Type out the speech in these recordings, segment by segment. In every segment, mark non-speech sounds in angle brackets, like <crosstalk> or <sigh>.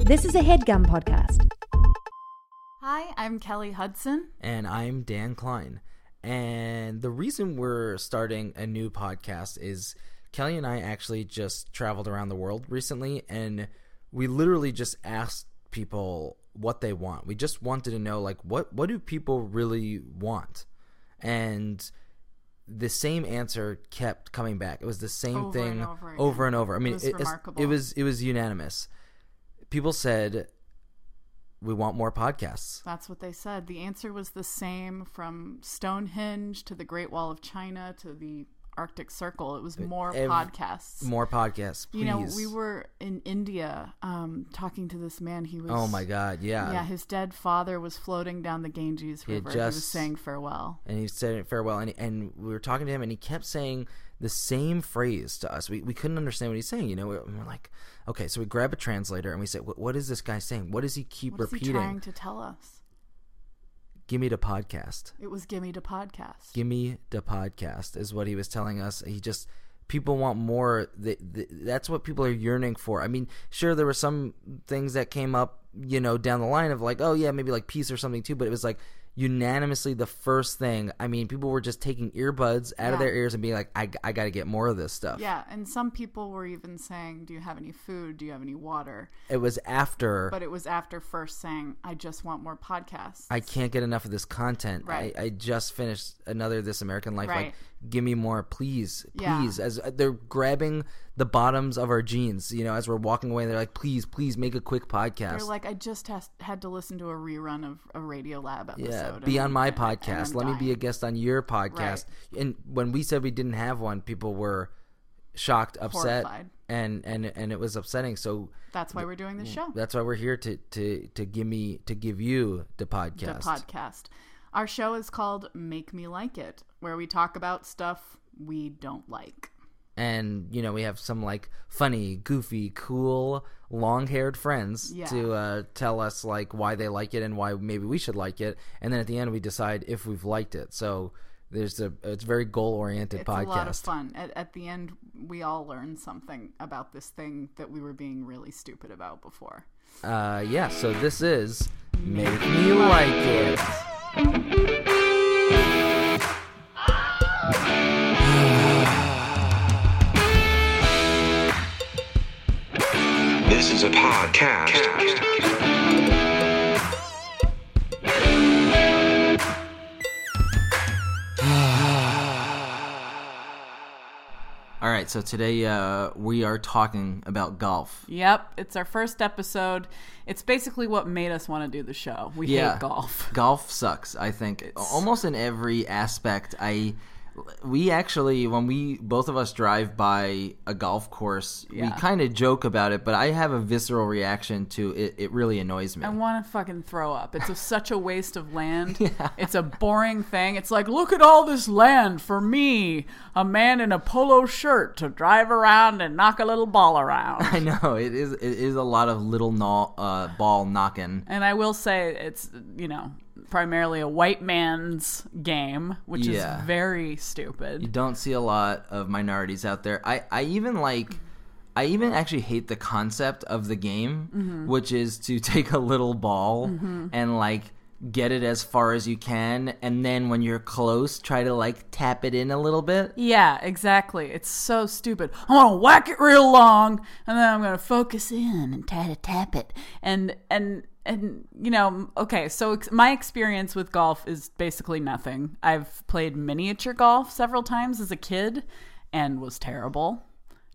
This is a headgum podcast. Hi, I'm Kelly Hudson. And I'm Dan Klein. And the reason we're starting a new podcast is Kelly and I actually just traveled around the world recently and we literally just asked people what they want. We just wanted to know like what what do people really want? And the same answer kept coming back. It was the same Over thing and over again. over and over. I mean, It was it- it's- remarkable. it was it was unanimous. People said we want more podcasts. That's what they said. The answer was the same from Stonehenge to the Great Wall of China to the Arctic Circle. It was more ev- podcasts. More podcasts, please. you know, we were in India um, talking to this man. He was. Oh my god, yeah. Yeah, his dead father was floating down the Ganges had River. He was just- saying farewell. and he said it farewell and and we were talking to him and he kept saying the same phrase to us. We we couldn't understand what he's saying, you know. And we're like, okay, so we grab a translator and we say, what, what is this guy saying? What does he keep What is he repeating? trying to tell us? Give me the podcast. It was gimme to podcast. Give me the podcast is what he was telling us. He just people want more. The, the, that's what people are yearning for. I mean, sure there were some things that came up, you know, down the line of like, oh yeah, maybe like peace or something too, but it was like unanimously the first thing. I mean, people were just taking earbuds out of Yeah. their ears and being like, I I got to get more of this stuff. Yeah, and some people were even saying, "Do you have any food? Do you have any water?" It was after But it was after first saying, I just want more podcasts. I can't get enough of this content. Right. I, I just finished another This American Life. Right. Like, give me more, please, Yeah. please. As uh, they're grabbing the bottoms of our jeans, you know, as we're walking away, they're like, please, please make a quick They're podcast. like, I just has, had to listen to a rerun of a Radio Lab episode. yeah, and be on I'm- my and I'm podcast. Let me be a dying." guest on your podcast. And when we said we didn't have one, people were shocked, upset, Horrified. and and and it was upsetting. So That's why we're doing this show, that's why we're here to to to give me to give you the the podcast. podcast. Our show is called Make Me Like It, where we talk about stuff we don't like. and you know we have some like funny goofy cool long-haired friends Yeah. to uh, tell us like why they like it and why maybe we should like it and then at the end we decide if we've liked it so there's a it's a very goal-oriented It's podcast a lot of fun. At, at the end, we all learn something about this thing that we were being really stupid about before. uh yeah so this is make me like it This is a podcast. all right so today uh we are talking about golf Yep, it's our first episode. It's basically what made us want to do the show. We hate golf. Golf sucks. I think almost in every aspect. I we actually when we both of us drive by a golf course, we Yeah. kind of joke about it, but I have a visceral reaction to it. It really annoys me. I want to fucking throw up. It's a, such a waste of land. It's a boring thing. It's like, look at all this land for me, a man in a polo shirt to drive around and knock a little ball around. <laughs> <laughs> I know it is. It is a lot of little gnaw, uh, ball knocking. And I will say it's, you know, primarily a white man's game, which Yeah. is very You stupid. don't see a lot of minorities out there. I, I even like I even actually hate the concept of the game, Mm-hmm. which is to <laughs> take a little ball and like get it as far as you can and then when you're close try to like tap it in a little bit. Yeah, exactly. It's so stupid. I'm gonna whack it real long, and then I'm gonna focus in and try to tap it. And and and you know, okay. So ex- my experience with golf is basically nothing. I've played miniature golf several times as a kid, and was terrible,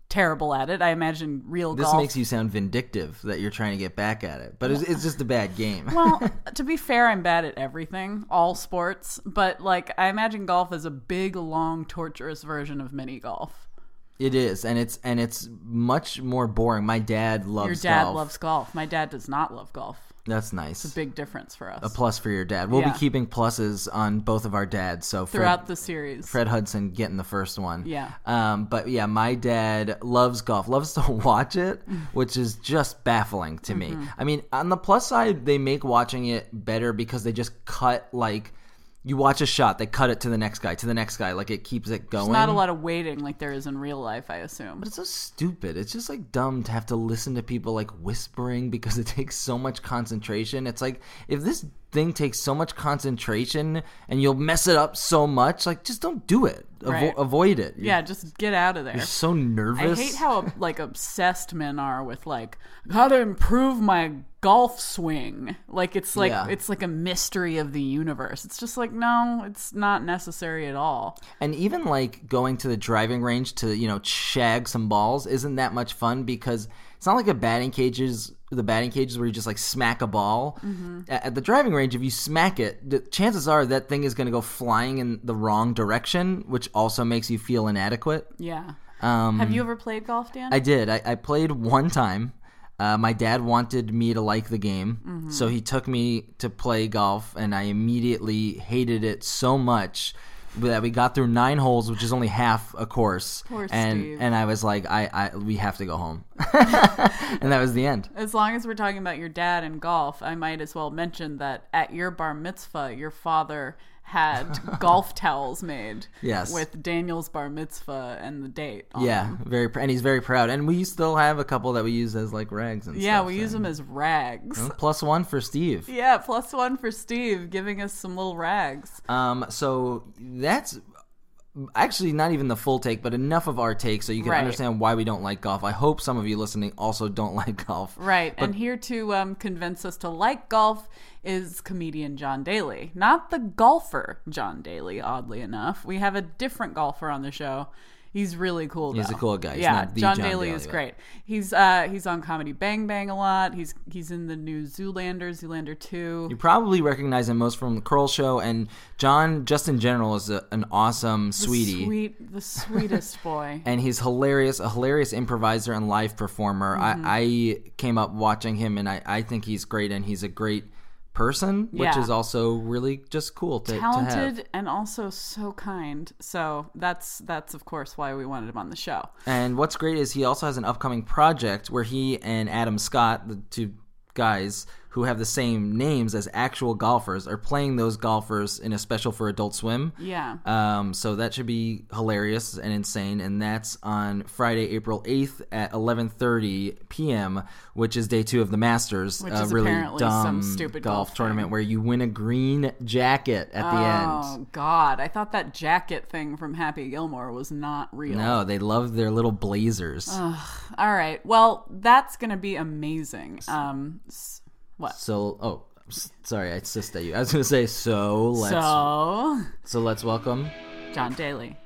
terrible at it. I imagine real This golf. makes you sound vindictive that you're trying to get back at it, but it's, it's just a bad game. <laughs> well, to be fair, I'm bad at everything, all sports. But like, I imagine golf is a big, long, torturous version of mini golf. <laughs> it is, and it's and it's much more boring. My dad loves Your dad golf. loves golf. My dad does not love golf. That's nice. Big difference for us a plus for your dad. We'll Yeah. be keeping pluses on both of our dads. So Fred- throughout the series. Fred Hudson getting the first one. Yeah. Um, but yeah, my dad loves golf, loves to <laughs> watch it, which is just baffling to Mm-hmm. me. I mean, on the plus side, they make watching it better because they just cut like you watch a shot, they cut it to the next guy, to the next guy, like it keeps it going. There's not a lot of waiting like there is in real life, I assume. But it's so stupid. It's just like dumb to have to listen to people like whispering <laughs> because it takes so much concentration. It's like if this thing takes so much concentration and you'll mess it up so much, like just don't do it. Avo- Right. Avoid it. yeah, just get out of there. You're so nervous. I hate how like obsessed men are with like how to improve my golf swing. Like it's like Yeah. it's like a mystery of the universe. It's just like no, it's not necessary at all. And even like going to the driving range to, you know, shag some balls isn't that much fun because it's not like a batting cages the batting cages where you just like smack a ball. Mm-hmm. A- At the driving range, if you smack it, the chances are that thing is going to go flying in the wrong direction, which also makes you feel inadequate. Yeah. Have you ever played golf, Dan? Um, I did. I, I played one time. Uh, my dad wanted me to like the game, Mm-hmm. so he took me to play golf, and I immediately hated it so much that we got through nine holes, which is only half a course. Poor and Steve. and I was like, I, I we have to go home, <laughs> and that was the end. as long as we're talking about your dad and golf, I might as well mention that at your bar mitzvah, your father <laughs> had golf towels made Yes. with Daniel's bar mitzvah and the date. on them. Yeah, very pr- and he's very proud, and we still have a couple that we use as like rags and Yeah, stuff, we use so- them as rags. Plus one for Steve. Yeah, plus one for Steve giving us some little rags. Um, so that's actually not even the full take, but enough of our take so you can Right. understand why we don't like golf. I hope some of you listening also don't <laughs> like golf. Right, and here to um, convince us to like golf is comedian John Daly, not the golfer John Daly. Oddly enough, we have a different golfer on the show. He's really cool. He's though. a cool guy. He's yeah, not the John, John Daly, Daly, is but- great. He's uh, he's on Comedy Bang Bang a lot. He's he's in the new Zoolander, Zoolander Two. You probably recognize him most from the Curl Show, and John, just in general, is a, an awesome sweetie. sweet, the <laughs> sweetest boy. and he's hilarious, a hilarious improviser and live performer. Mm-hmm. I, I came up watching him, and I, I think he's great, and he's a great person, which Yeah. is also really just cool to, to have. talented and also so kind. So that's that's of course why we wanted him on the show. And what's great is he also has an upcoming project where he and Adam Scott, the two guys who have the same names as actual golfers, are playing those golfers in a special for Adult Swim. Yeah. Um, so that should be hilarious and insane, and that's on Friday, April eighth at eleven thirty p.m., which is day two of the Masters, Which a is really apparently dumb some stupid golf golf, thing. tournament where you win a green jacket at the end. Oh God! I thought that jacket thing from Happy Gilmore was not real. No, they love their little Oh, blazers. All right. Well, that's gonna be amazing. Um, s- what? So, oh, s- sorry, I insist at you. I was gonna say, so let's so, So, let's welcome. John Daly.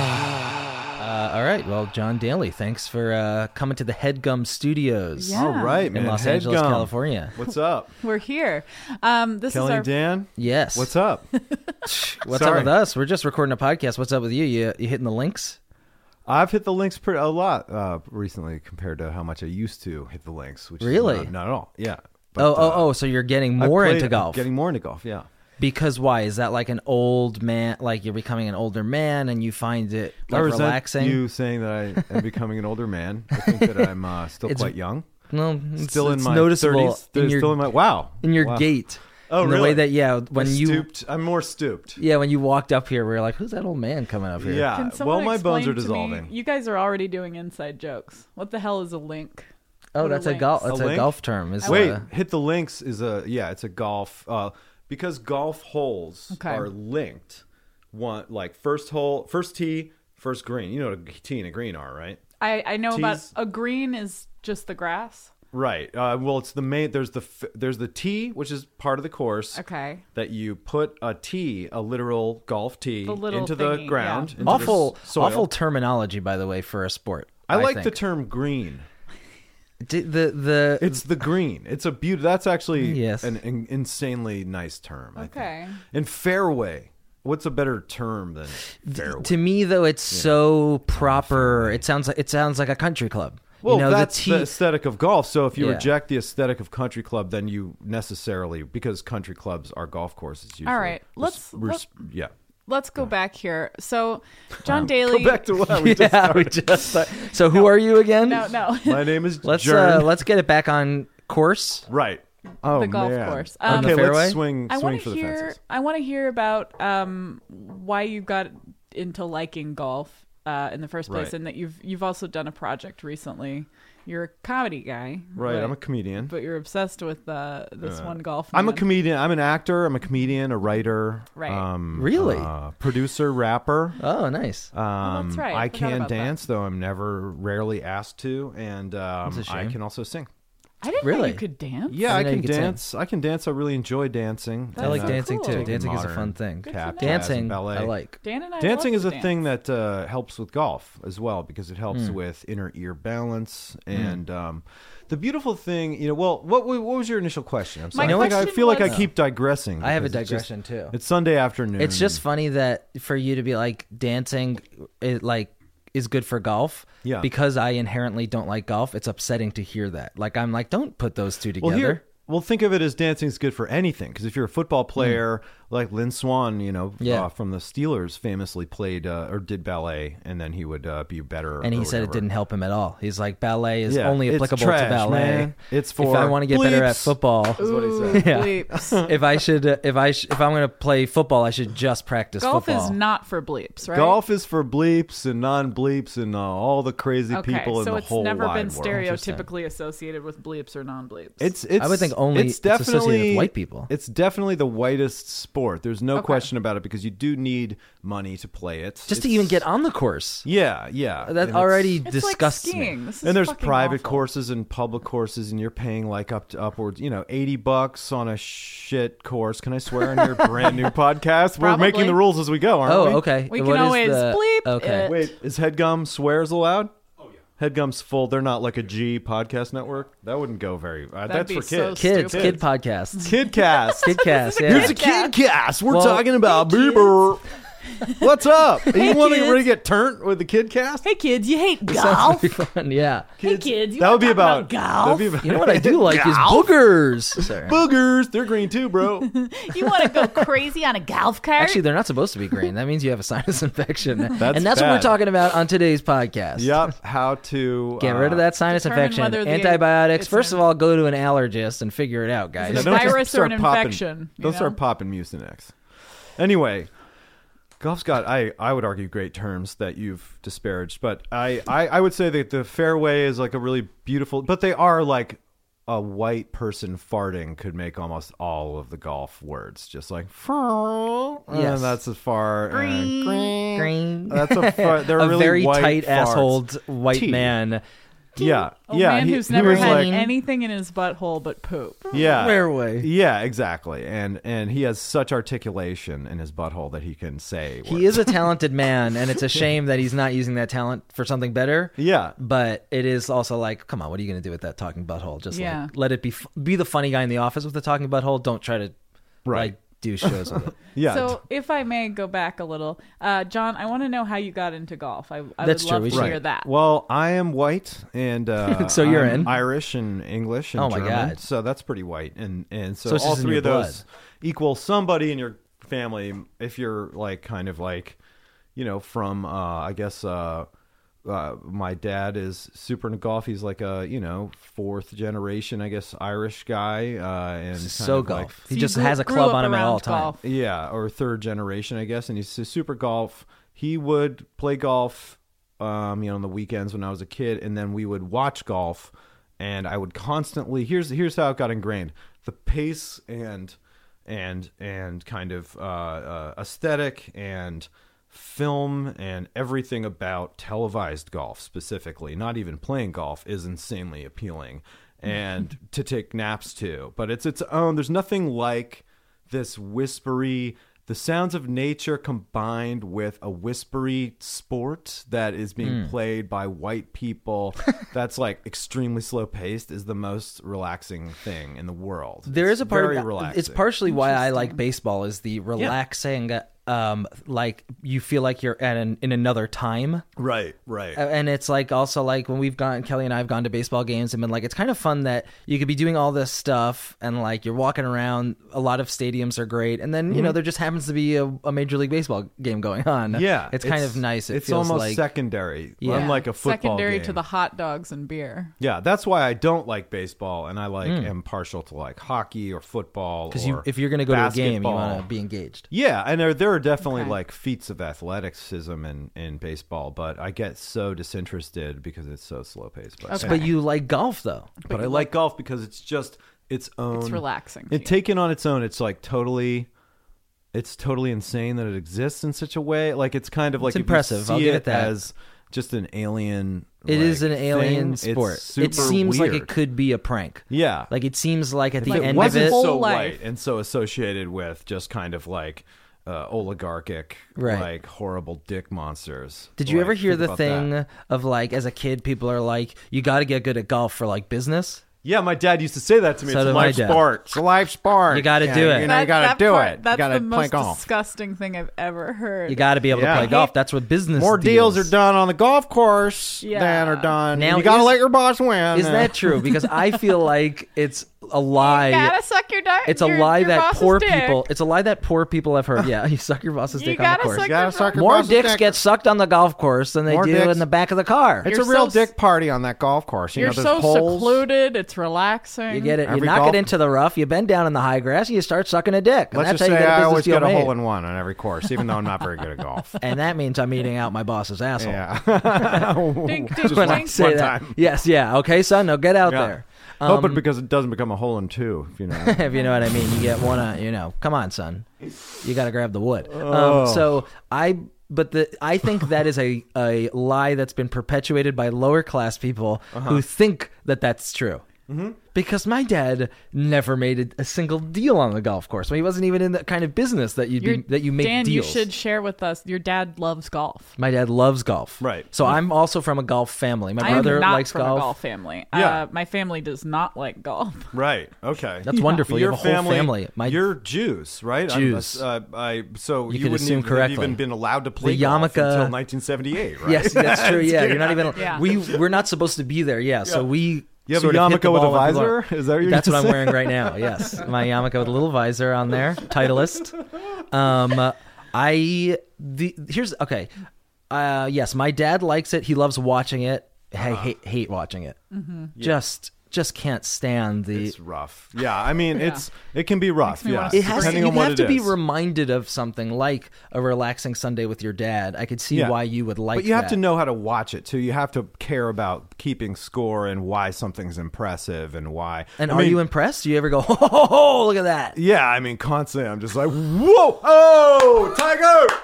Uh, all right, well, John Daly, thanks for uh, coming to the Headgum Studios All right, man. in Los Head Angeles, gum. California. <laughs> What's up, We're here. Um, this Kelly is our and Dan? Yes. What's up? <laughs> What's Sorry. up with us? We're just recording a podcast. What's up with you? You you hitting the links? I've hit the links pretty a lot uh, recently compared to how much I used to hit the links. Which is Really? not, not at all. Yeah. oh, But, uh, oh, oh! So you're getting I more played- into golf Getting more into golf. Yeah. because why? Is that like an old man? Like you're becoming an older man, and you find it like I resent relaxing? you saying that <laughs> I am becoming an older man. I think that I'm uh, still It's- quite young. No, it's, Still in it's my noticeable 30s. in your still in my wow. in your Wow. gait. Oh, in The really? way that yeah, when I'm you stooped. I'm more stooped. Yeah, when you walked up here, we were like, "Who's that old man coming up here?" Yeah. Can someone uh, Well, my explain to bones are me- dissolving. you guys are already doing inside jokes. What the hell is a link? Oh, What are that's a links? golf. That's A a, link? golf term. Is Wait, uh, hit the links is a yeah, it's a golf uh, because golf holes Okay. are linked. One like first hole, first tee, first green. You know what a tee and a green are, right? I, I know about Tees. a green is just the grass. Right. Uh, well, it's the main. There's the f- there's the tee, which is part of the course. Okay. That you put a tee, a literal golf tee, The little into thingy, the yeah. ground. into the awful, s- soil. awful terminology, by the way, for a sport. I, like the think. term green. D- the the. It's the green. It's a beauty. That's actually Yes. an, in insanely nice term. I think. Okay. And fairway. What's a better term than fairway? to me though, it's so proper. It sounds like it sounds like a country club. well, you know, that's the, the, tee, aesthetic of golf. So if you Yeah. reject the aesthetic of country club, then you necessarily because country clubs are golf courses. Usually. right, let's- yeah. Let's go back here. So, John Daly. Back to <laughs> what we just Yeah, we just. So who are you again? no, no. <laughs> My name is <laughs> Let's uh, Jern. let's get it back on course. right. Oh, the golf man. course. Okay, Um, let's fairway? swing, I swing want for to the hear. fences. I want to hear about um, why you got into liking golf uh, in the first place, Right. and that you've you've also done a project recently. You're a comedy guy, Right, but- I'm a comedian. but you're obsessed with uh, this one golf. I'm a man. comedian. I'm an actor. I'm a comedian, a writer. Right. Um, Really? uh, producer, rapper. Oh, nice. Um, that's right. I I forgot can about that. dance, though I'm never, rarely asked to, and um, That's a I shame. can also sing. I didn't know Really? you could dance. Yeah, I I, didn't know can you could sing. dance. I can dance. I really enjoy dancing. Uh, I like so dancing cool. too. Taking Dancing is a fun modern thing. tap jazz and Dancing, ballet. I like. Dan and I. Dancing love is to a dance. Hmm. thing that uh, helps with golf as well because it helps with inner ear balance and um, the beautiful thing. You know, well, what wa- what was your initial question? I'm sorry. My I, think I question feel like I was- keep digressing. I have a because it's just- digression too. It's Sunday afternoon. It's just funny that for you to be like dancing, it like is good for golf. Yeah. Because I inherently don't like golf, it's upsetting to hear that. Like I'm like, don't put those two together. well Hmm. here. Well, think of it as dancing is good for anything because if you're a football player like Lynn Swan, you know, Yeah. uh, from the Steelers, famously played uh, or did ballet, and then he would uh, be better. and he or said it whatever. didn't help him at all. He's like, ballet is Yeah, only it's applicable to trash, ballet. man. It's if I for want to get better at bleeps. football. Ooh, <laughs> <laughs> Yeah. bleeps. if I should, uh, if I, sh- if I'm gonna play football, I should just practice Golf football. is not for bleeps, right? Golf is for bleeps and non-bleeps and uh, all the crazy Okay, people in so the it's whole never wide been world. stereotypically associated with bleeps or non-bleeps. It's, it's, I would think only it's it's associated with definitely white people. It's definitely the whitest sport. There's no Okay. question about it because you do need money to play it. just to It's- even get on the course. Yeah, yeah. And That it's- already It's disgusts like me. skiing. This is And there's fucking private awful. courses and public courses, and you're paying like up to upwards, you know, eighty bucks on a shit course. Can I <laughs> swear on your brand new podcast? We're making Probably. the rules as we go, aren't Oh, we? okay. We What can is always the- bleep Okay. it. Wait, is Headgum swears allowed? Oh yeah. Headgum's full. They're not like a G podcast network. That wouldn't go very. Uh, that's be for so kids. Kids, Stupid. <laughs> kid podcasts, <laughs> Kidcast. kid cast. Yeah. Here's a Kidcast. We're Well, talking about Bieber. What's <laughs> up? you want to kids. really get turnt with the Kidcast? Hey kids, you hate Sounds golf. pretty fun. Yeah. Hey kids, you that would be wanna talk about, golf. that'd be about- You know what I <laughs> do like is boogers. Sorry. boogers. They're green too, bro. <laughs> you want to <laughs> go crazy on a golf cart? Actually, they're not supposed to be green. That means you have a sinus <laughs> infection. and that's what bad. we're talking about on today's podcast. yep. How to Get rid of that sinus Uh, Determine infection. whether the- Antibiotics. it's First an- of all, go to an allergist and figure it out, guys. Is it a <laughs> don't just virus or start an popping- infection, you Don't know? start popping Mucinex. Anyway, golf's got I I would argue great terms that you've disparaged, but I I, I would say that the fairway is like a really beautiful, but they are like. A white person farting could make almost all of the golf words, just like "Furl," Yes. and that's as far green. green. Green. <laughs> That's a far, they're a really very white tight farts. assholed white Tea. man. Yeah, a yeah. man he- who's he never was had like- anything in his butthole but poop. yeah Fairway. yeah exactly and and he has such articulation in his butthole that he can say He words. is a talented man, and it's a shame that he's not using that talent for something better. <laughs> yeah But it is also like, come on, what are you going to do with that talking butthole? Just Yeah. like let it be. F- be the funny guy in the office with the talking butthole. Don't try to Right. like do shows <laughs> with it. yeah So, if I may go back a little, uh, John, I want to know how you got into golf. I, I That's would true, love we to should. hear that. well i am white <laughs> and uh So you're I'm in. irish and english and Oh my German, God. so that's pretty white and and so, So it's all just in three your of those equal somebody in your family if you're like kind of like you know from uh i guess uh uh, my dad is super into golf. He's like a you know fourth generation, I guess, Irish guy. Uh, and kind so of like- golf. he So you just grew- has a grew club up on him at around all time. golf. Yeah, or third generation, I guess. And he's a super golf. He would play golf, um, you know, on the weekends when I was a kid, and then we would watch golf. And I would constantly here's here's how it got ingrained: the pace and and and kind of uh, uh, aesthetic and film and everything about televised golf specifically not even playing golf is insanely appealing and to take naps to but it's its own there's nothing like this whispery the sounds of nature combined with a whispery sport that is being Hmm. played by <laughs> white people that's like extremely slow paced is the most relaxing thing in the world There It's is a part very of that. relaxing. It's partially why I like baseball is the relaxing um like you feel like you're at an, in another time Right, right. Uh, and it's like also like when we've gone kelly and i've gone to baseball games and been like it's kind of fun that you could be doing all this stuff and like you're walking around a lot of stadiums are great and then you Mm-hmm. know there just happens to be a, a major league baseball game going on yeah, it's, kind of nice it it's feels almost like secondary, Yeah. unlike a football secondary game. to the hot dogs and beer. Yeah, that's why I don't like baseball, and I like am partial to like hockey or football. Hmm. because you, or if you're going to go to a game you basketball. want to be engaged Yeah, and there, there are definitely Okay. like feats of athleticism in, in baseball, but I get so disinterested because it's so slow paced. But, but you like golf though but I like golf because it's just its own. It's relaxing. to And you. taken on its own, it's like totally. It's totally insane that it exists in such a way. Like it's kind of like if you impressive, I'll see give it that. as just an alien. It is like, an alien thing, it's sport it super seems like weird. it could be a prank Yeah, like it seems like at the If end it wasn't of it so Whole life. white and so associated with just kind of like uh, oligarchic, Right. like horrible dick monsters. Did you Like, ever hear think the about thing that. of like as a kid people are like you got to get good at golf for like business? Yeah, my dad used to say that to me. So it's a did my life dad. sport. It's a life sport. You gotta do it. You know, you That- gotta that do part- it. That's you gotta the play most <laughs> golf. disgusting thing I've ever heard. You got to be able Yeah. to play golf. That's what business More deals are done on the golf course Yeah. than are done. Now you gotta is- let your boss win. Is <laughs> that true? Because I feel like it's a lie. You gotta suck your dick. it's a your- lie your that boss's poor dick. people. It's a lie that poor people have heard. Yeah, <laughs> you suck your boss's You dick on the gotta course. suck You gotta your suck dick. your More boss's dicks dick. get sucked on the golf course than they More do dicks. in the back of the car. It's You're a real so s- dick party on that golf course. You You're know, there's so holes. secluded. It's relaxing. you get it. You Every knock golf- it into the rough. You bend down in the high grass. You start sucking a dick. And Let's that's just how you say get a I business always deal get a made. hole in one on every course, even though I'm not very good at golf. and that means I'm eating out my <laughs> boss's asshole. Yeah. Dink, dink, when I dink. say <laughs> one that. <laughs> time. Yes, yeah. Okay, son, now get out Yeah. there. Um, Hope it because it doesn't become a hole in two, if <laughs> you know. if you know what I mean. You get one, on, you know, come on, son. You got to grab the wood. Oh. Um, so I, but the, I think that is a, a lie that's been perpetuated by lower class people Uh-huh. who think that that's true. Mm-hmm. Because my dad never made a, a single deal on the golf course. he wasn't even in that kind of business that you Your- do, that you make Dan, deals. you should share with us. Your dad loves golf. My dad loves golf. Right. So I'm also from a golf family. My I am brother not likes from golf. a golf family. Yeah. Uh, my family does not like golf. right. Okay. That's wonderful. You have a whole family. My- you're Jews, right? I'm- Jews. uh, I, so you, could wouldn't assume even, correctly. have even been allowed to play The golf yarmulke- until 1978, right? Yes, that's <laughs> true. Yeah, you're not even. Yeah. We we're not supposed to be there. Yeah, so we. You have sort a of hit the yarmulke with a ball when people are- visor? Is that what you're That's what gonna I'm say? wearing right now. Yes, my yarmulke with a little visor on there. Titleist. Um, uh, I the here's okay. Uh, yes, my dad likes it. He loves watching it. Uh-huh. I hate hate watching it. Just just can't stand the. It's rough. Yeah. I mean, it's it can be rough. me Yeah. wanna It has to, Depending you on what have to it be is. reminded of something like a relaxing Sunday with your dad. I could see Yeah. why you would like. But you have that. to know how to watch it too. You have to care about keeping score and why something's impressive and why. And I are mean, you impressed? Do you ever go, <laughs> ho, ho, ho, look at that? Yeah, I mean, constantly, I'm just like, whoa, oh, Tiger,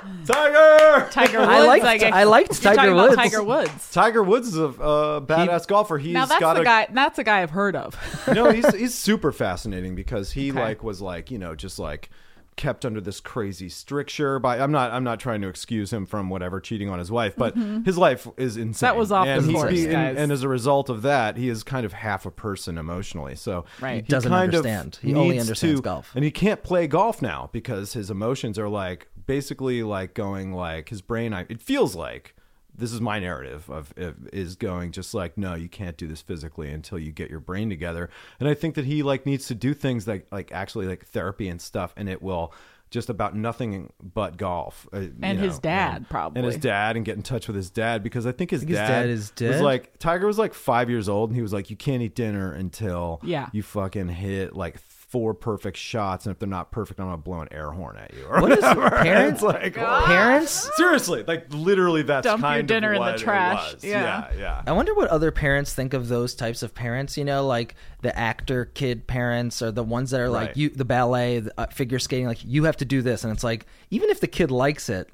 <laughs> Tiger, Tiger Woods. I liked- guess. I liked You're Tiger talking about Woods. Tiger Woods. Tiger Woods is a uh, badass golfer. He's Now that's got the a guy. That's a guy I've heard of. no, he's he's super fascinating because he like was like you know just like kept under this crazy stricture by I'm not I'm not trying to excuse him from whatever cheating on his wife, but his life is insane. Mm-hmm. That was off and the he's course, be- guys. and, and as a result of that, he is kind of half a person emotionally. So Right. he Doesn't kind of understand. He only needs understands to- golf. and he can't play golf now because his emotions are like basically like going like his brain. I, it feels like this is my narrative of, of is going just like no, you can't do this physically until you get your brain together. And I think that he like needs to do things like like actually like therapy and stuff, and it will just about nothing but golf. uh, you And his dad, probably. and his dad, and get in touch with his dad because I think his, his dad is was dead? like like Tiger was like five years old, and he was like, "You can't eat dinner until Yeah. you fucking hit like four perfect shots, and if they're not perfect, I'm gonna blow an air horn at you." Or What is it's parents? like parents? <laughs> seriously, like literally, that's Dump your kind dinner of in the what it trash. was. Yeah. yeah, I wonder what other parents think of those types of parents. You know, like the actor kid parents or the ones that are Right. like you, the ballet, the, uh, figure skating. Like you have to do this, and it's like even if the kid likes it,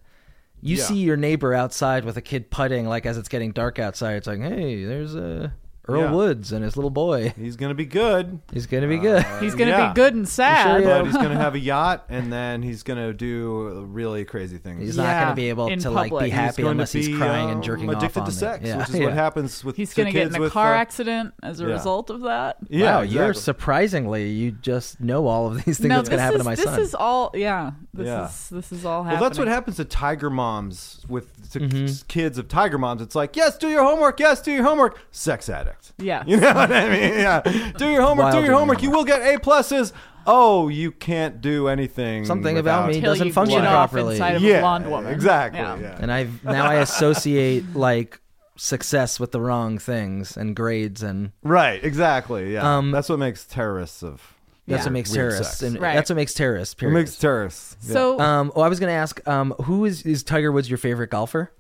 you Yeah. see your neighbor outside with a kid putting. Like as it's getting dark outside, it's like, hey, there's uh, Earl Yeah. Uh, Woods and his little boy. <laughs> He's gonna be good. He's gonna be good. <laughs> He's gonna Yeah. be good and sad. But he's gonna <laughs> have a yacht, and then he's gonna do really crazy things. He's He's not Yeah. gonna be able In to like be public. He's happy gonna unless be, he's crying um, and jerking off addicted to on sex, it. Yeah. which <laughs> is Yeah. what happens with He's to gonna get kids in a with, car uh, accident as a yeah. result of that. Yeah, wow, you're exactly. surprisingly you just know all of <laughs> these things no, that's this going to happen is to my this son. is all. Yeah, This Yeah. is this is all happening. Mm-hmm. Well, that's what happens to tiger moms with to kids of tiger moms. It's like, yes, do your homework. Yes, do your homework. Sex addict. Yeah. You know what I mean? Yeah. Do your homework. Wild do your doing homework. You will get A pluses. Oh, you can't do anything. Something about without- me Till doesn't you function get off properly. inside of Yeah. a blonde woman. Exactly. Yeah. yeah. and I've now I associate <laughs> like success with the wrong things and grades, and Right. Exactly. Yeah. Um, that's what makes terrorists of. that's yeah, what makes weird terrorists. sex. And Right. That's what makes terrorists. It Period. makes terrorists. Yeah. So um, oh, I was gonna ask, um, who is is Tiger Woods your favorite golfer?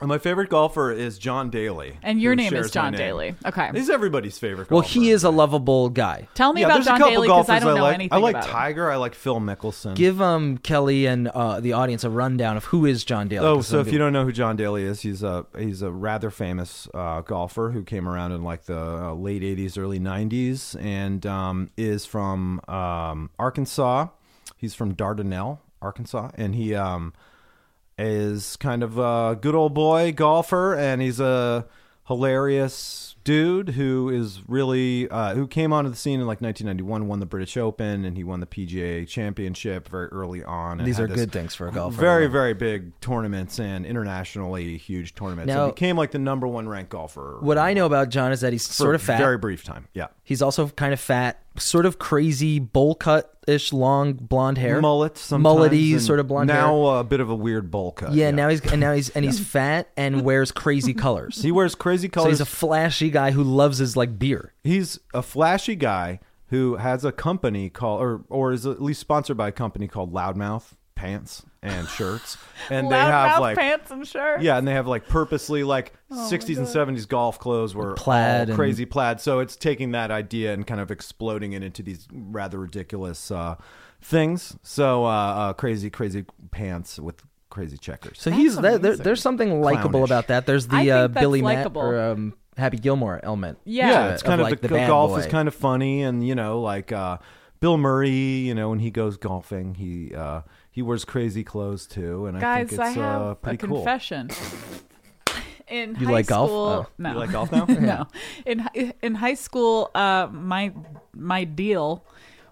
And my favorite golfer is John Daly. and your who name shares is my John name. Daly. Okay. He's everybody's favorite. Well, golfer. he is a lovable guy. Tell me Yeah, about there's a John couple Daly golfers because I don't know like. anything I like about him. Tiger. I like Phil Mickelson. Give um Kelly and uh, the audience a rundown of who is John Daly. Oh, 'cause so some if you don't know who John Daly is, he's a he's a rather famous uh, golfer who came around in like the uh, late '80s, early '90s, and um, is from um, Arkansas. He's from Dardanelle, Arkansas, and he um, is kind of a good old boy golfer, and he's a hilarious dude who is really uh, who came onto the scene in like 1991, won the British Open, and he won the PGA Championship very early on. and These had are this good things for a golfer. Very, very big tournaments and internationally huge tournaments. Now- and became like the number one ranked golfer. What I know about John is that he's for sort of a fat. Very brief time. Yeah. He's also kind of fat, sort of crazy bowl cut ish, long blonde hair, Mullet, sometimes. mullety and sort of blonde hair. Now uh, a bit of a weird bowl cut. Yeah, now he's and now he's <laughs> and he's fat and wears crazy colors. he wears crazy so colors. he's a flashy guy who loves his like beer. he's a flashy guy who has a company called or or is at least sponsored by a company called Loudmouth Pants <laughs> and Shirts. And they have Loudmouth like pants and shirt. Yeah, and they have like purposely like 60s and 70s golf clothes were Plaid all and- crazy plaid. So it's taking that idea and kind of exploding it into these rather ridiculous uh, things. So uh, uh, crazy, crazy pants with crazy checkers. So he's that, there, there's something likable Clownish. about that. There's I the think uh, that's Billy Matt likable. or um, Happy Gilmore element. Yeah. to it, it's kind of, like the, bad golf boy. is kind of funny, and you know, like uh, Bill Murray, you know, when he goes golfing, he uh, he wears crazy clothes too, and I Guys, think I it's have uh, a pretty <laughs> cool. confession. In You high like golf? school, Oh. no. You like golf <laughs> now? no. In hi- in high school, uh, my my deal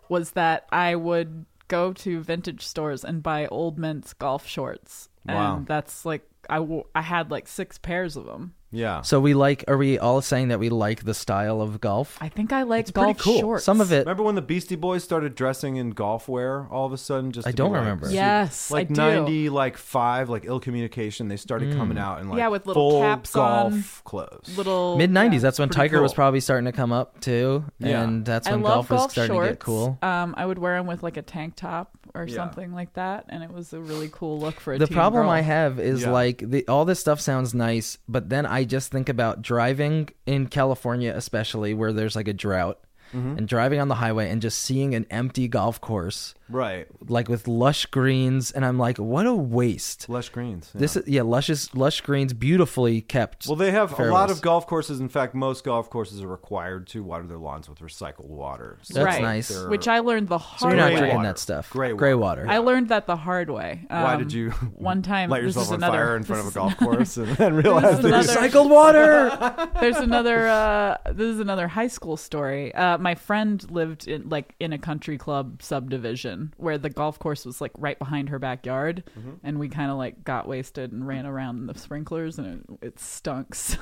was that I would go to vintage stores and buy old men's golf shorts, Wow. and that's like I wo- I had like six pairs of them. Yeah. So we like. Are we all saying that we like the style of golf? I think I like pretty golf cool. shorts. Some of it. Remember when the Beastie Boys started dressing in golf wear all of a sudden? Just I to be don't like- remember. Yes, like I do. ninety, like five, like ill communication. They Mm. started coming out in like Yeah, with little full caps golf on, clothes. little Mid '90s. yeah. That's when Pretty Tiger was cool. probably starting to come up too, Yeah. and that's I when love golf was golf starting shorts. to get cool. Um, I would wear them with like a tank top or Yeah. something like that, and it was a really cool look for a the teen problem girl. I have is Yeah. like the, all this stuff sounds nice, but then I just think about driving in California, especially where there's like a drought, Mm-hmm. and driving on the highway and just seeing an empty golf course, right? like with lush greens, and I'm like, what a waste. Lush greens. yeah. This is yeah, lush is lush greens, beautifully kept. well, they have a lot fairways. of golf courses. In fact, most golf courses are required to water their lawns with recycled water. So That's right. nice. they're- which I learned the So hard you're not way. drinking water. that stuff. Gray water. I learned that the hard way. Why Um, did you One time, <laughs> light this yourself is on another, fire in front of this a golf course and <laughs> then realize is that you another- <laughs> Recycled water. there's another uh this is another high school story uh my friend lived in like in a country club subdivision where the golf course was like right behind her backyard Mm-hmm. and we kind of like got wasted and ran around in the sprinklers and it, it stunk <laughs> so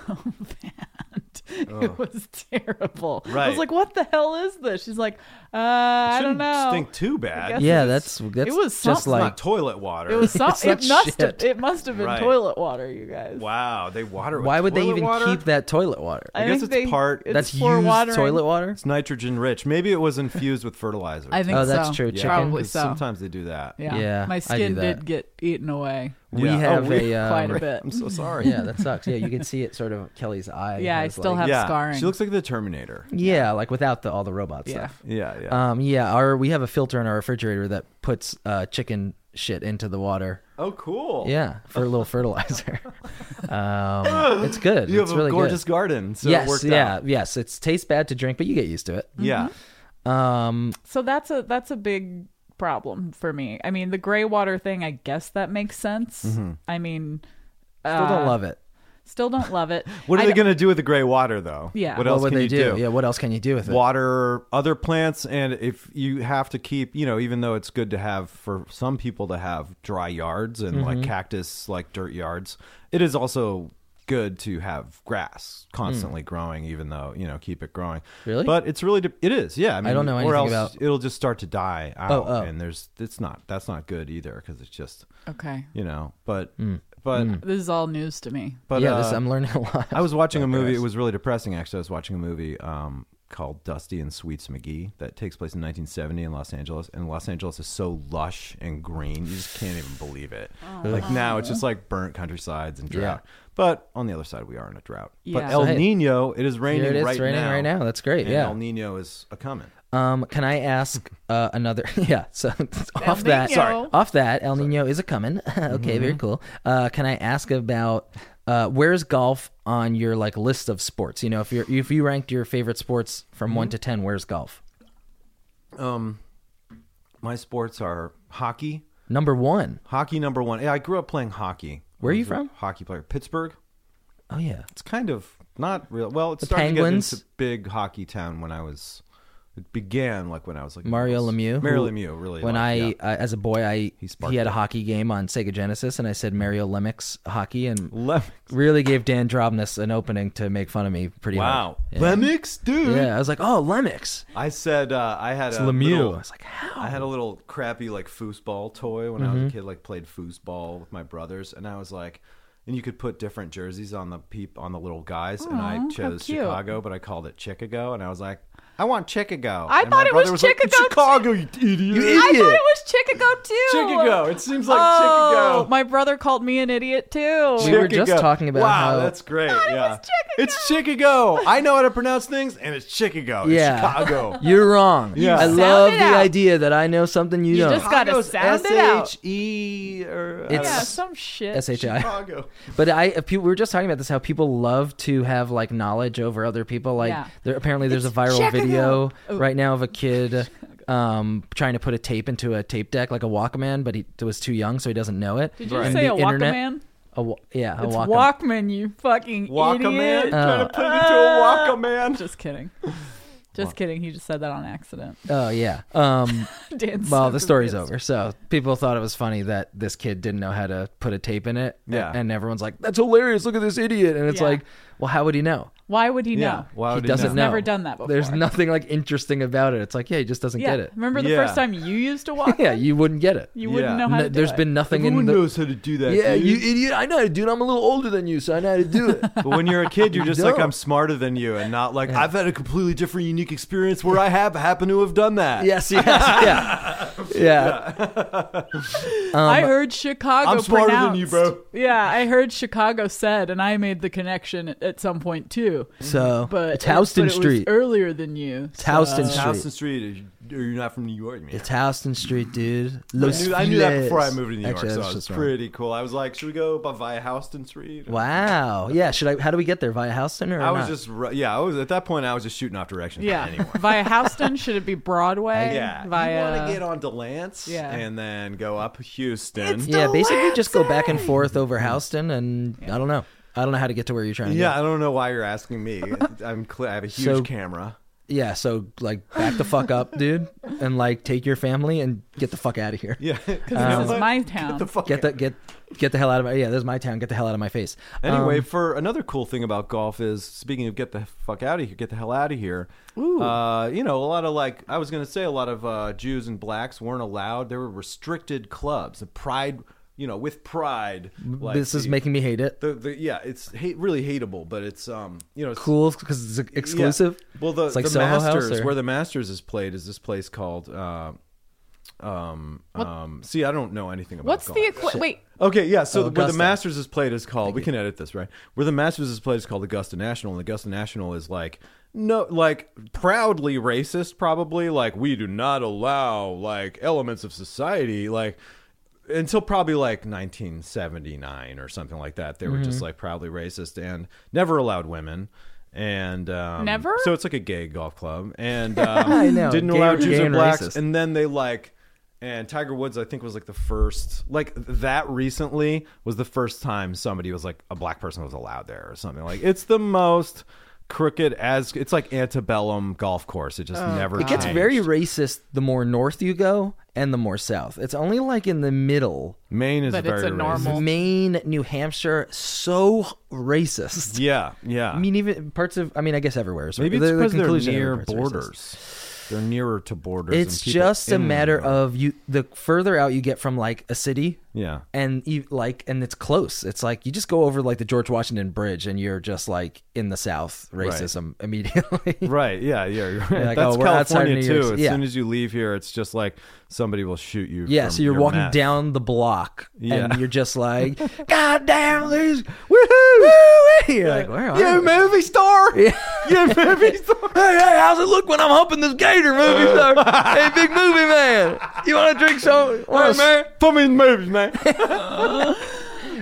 bad it was terrible i Right. was like what the hell is this she's like uh i don't shouldn't know Stink too bad. guess yeah, that's that's it was just something. It's like not toilet water. it was <laughs> so, It's it not must have, shit. it must have been Right. toilet water you guys wow. They water. With why would they toilet even water? keep that toilet water? I guess think it's they- part- it's that's for used watering. toilet water. It's nitrogen rich. Maybe it was infused with fertilizer. I think Oh, that's so. true. Chicken. Probably 'Cause so. Sometimes they do that. Yeah. Yeah, I My do skin that. did get eaten away We Yeah. Oh, have we- a um, quite a bit. I'm so sorry. <laughs> Yeah, that sucks. <laughs> Yeah, you can see it sort of Kelly's eye. Yeah, I has, still like- have scarring. She looks like the Terminator. Yeah, like without the all the robot Yeah. stuff. Yeah, yeah. Um, yeah, our we have a filter in our refrigerator that puts uh, chicken shit into the water. oh, cool. Yeah, for a little <laughs> fertilizer. <laughs> um, it's good. You it's have really a gorgeous good. garden. So it yes, worked yeah, out. yes. It tastes bad to drink, but you get used to it. Mm-hmm. Yeah. Um, So that's a that's a big problem for me. I Mm-hmm. mean, the gray water thing, I guess that makes sense. I mean, Uh, still don't love it. Still don't love <laughs> it. What are I they d- going to do with the gray water, though? Yeah. What What else what would can they you do? do? Yeah, what else can you do with it? Water other plants, and if you have to keep, you know, even though it's good to have for some people to have dry yards and Mm-hmm. like cactus, like dirt yards, it is also good to have grass constantly growing, even though you know keep it growing. Mm. Really? But it's really de- it is, yeah. I, mean, don't know or else anything about- It'll just start to die out, oh. and there's it's not that's not good either because it's just Okay. you know, but but This is all news to me. but Mm. yeah, this, uh, I'm learning a lot. I was watching a movie. It was really depressing, actually. I was watching a movie um, called Dusty and Sweets McGee that takes place in 1970 in Los Angeles. And Los Angeles is so lush and green, you just can't even believe it. Like now, it's just like burnt countrysides and drought. But on the other side, we are in a drought. Yeah. But El So, hey, Nino, it is Here raining it is, right it's raining now. right now. That's great. And yeah. El Nino is a coming. Um, can I ask uh, another? <laughs> Yeah, so off that, Nino. Sorry. off that, El Nino is a coming. <laughs> okay, very Mm-hmm. cool. Uh, can I ask about uh, where's golf on your like list of sports? You know, if you are if you ranked your favorite sports from Mm-hmm. one to ten, where's golf? My sports are hockey. Number one. Hockey number one. Yeah, I grew up playing hockey. Where are I you was a from? Hockey player. Pittsburgh. Oh yeah, it's kind of not real. Well, it's The starting Penguins? to get into big hockey town when I was. It began like when I was like Mario Lemieux. Mario who- Lemieux, really. When like, I yeah. uh, as a boy, I he, sparked had a it. hockey game on Sega Genesis, and I said Mario Lemick's hockey, and Lem- really gave Dan Drobness an opening to make fun of me pretty wow, hard. Yeah. Lemix, dude. Yeah, I was like, oh, Lemmix. I said uh, I had a Lemieux. little- I was like, "Oh." how? I had a little crappy like foosball toy when Mm-hmm. I was a kid. Like played foosball with my brothers, and I was like, and you could put different jerseys on the peep on the little guys, and I chose cute. Chicago, but I called it Chicago, and I was like, I want Chicago. I And thought my it was brother like, "It's Chicago, Chicago, you idiot! You I thought it was Chicago too. Chicago. It seems like oh, Chicago. my brother called me an idiot too. We were just Chicago. talking about wow, how- that's great. yeah, it's Chicago. I know how to pronounce things, and it's Chicago. It's Yeah. <laughs> Chicago. You're wrong. Yeah. I Sound love it the out. idea that I know something you, You don't. just gotta Chicago's sound it out. S H E or I don't It's- yeah, know. some shit. S H I. Chicago. But I, if people, we were just talking about this. How people love to have like knowledge over other people. Like Yeah. there, apparently, there's a viral video Oh. right now of a kid um, trying to put a tape into a tape deck, like a Walkman, but he was too young, so he doesn't know it. Did you And say the a internet- Walkman? A wa- yeah, a It's Walkman. Uh, Walkman, you fucking Walkaman. idiot. Trying to put it into a Walkaman. Just kidding. Just kidding. He just said that on accident. oh yeah. Um, <laughs> <laughs> Dan's well, so the story's confused. over. So people thought it was funny that this kid didn't know how to put a tape in it. Yeah. And everyone's like, that's hilarious. Look at this idiot. And it's Yeah. like, well, how would he know? Why would he Yeah. know? Wow. he doesn't know. never done that before. There's nothing like interesting about it. It's like, yeah, he just doesn't Yeah. get it. Remember the Yeah. first time you used a Walkman? <laughs> Yeah, you wouldn't get it. You wouldn't Yeah. know how No- to do there's it. been nothing Everyone in the. knows how to do that. yeah, dude. you idiot. I know how to do it. I'm a little older than you, so I know how to do <laughs> it. But when you're a <laughs> kid, you're just like No. I'm smarter than you, and not like I've had a completely different, unique experience where I have happened to have done that. yes, yes, yeah. <laughs> Yeah. um, I heard Chicago. I'm smarter than you, pronounced. bro. Yeah, I heard Chicago said, and I made the connection at, at some point too. So But it's Houston but it was Street. earlier than you. It's Houston It's Street. Uh, Houston Street. Are you- are you not from New York, man? It's Houston Street, dude. Los I knew, I knew that Feliz. before I moved to New York, Actually, so that's it was just wrong. pretty cool. I was like, should we go by via Houston Street? Wow. Yeah. Should I? How do we get there via Houston or? I was not? just ru- yeah. I was at that point. I was just shooting off directions. Yeah, <laughs> <laughs> anyway. via Houston. Should it be Broadway? yeah. you via want to get on Delance, Yeah. and then go up Houston. yeah. Basically, just go back and forth over Houston, and I don't know. I don't know how to get to where you're trying to. yeah. Go. I don't know why you're <laughs> asking me. I'm clear. I have a huge So- camera. Yeah. So like, back the fuck <laughs> up, dude, and like, take your family and get the fuck out of here. Yeah, this <laughs> is my town. Get the fuck Get the get get the hell out of my yeah. There's my town. Get the hell out of my face. Um, Anyway, for another cool thing about golf is speaking of get the fuck out of here, get the hell out of here. Uh, you know, a lot of like I was gonna say, a lot of uh, Jews and blacks weren't allowed. There were restricted clubs. The pride, you know, with pride. Like this is the- making me hate it. the, the yeah, it's hate, really hateable, but it's um, you know, it's, cool because it's yeah. exclusive. Well, the, it's like the Soho Masters House. Or, where the Masters is played is this place called. Uh, um, um, see, I don't know anything about What's golf. the equi- wait? Okay, yeah. So where the Augusta. Masters is played is called. we can edit this, right? Where the Masters is played is called Augusta National, and Augusta National is like no, like proudly racist, probably. Like we do not allow like elements of society, like until probably like 1979 or something like that. They were Mm-hmm. just like proudly racist and never allowed women. And um, Never? so it's like a gay golf club, and <laughs> um, know, didn't gay- allow Jews gay or and blacks, racist. and then they like And Tiger Woods, I think, was like the first, like that recently was the first time somebody was like a black person was allowed there or something. Like it's the most crooked as it's like antebellum golf course. It just never Oh, It gets changed. very racist the more north you go and the more south. It's only like in the middle. Maine is But very it's a normal- Well- Maine, New Hampshire, so racist. racist. Yeah, yeah. I mean, even parts of, I mean, I guess everywhere. is- Maybe it's the- the because conclusion they're near everywhere is racist. borders. They're nearer to borders. It's and people just a in matter them. of you, the further out you get from like a city. Yeah. And you like, and it's close. It's like you just go over like the George Washington Bridge, and you're just like in the South racism immediately. Right. Yeah. Yeah. You're right. like, That's oh, we're outside California New too. York As City. Yeah. soon as you leave here, it's just like somebody will shoot you. Yeah, from so you're your walking meth. down the block Yeah. and you're <laughs> just like, God damn, these woohoo! woo You're like, where are You we?" movie <laughs> star. Yeah. You movie star. Hey, hey, how's it look when I'm humping this gator movie <laughs> star? hey, big movie man, you want to drink <laughs> some? Want Hey, man, put me in movies, man.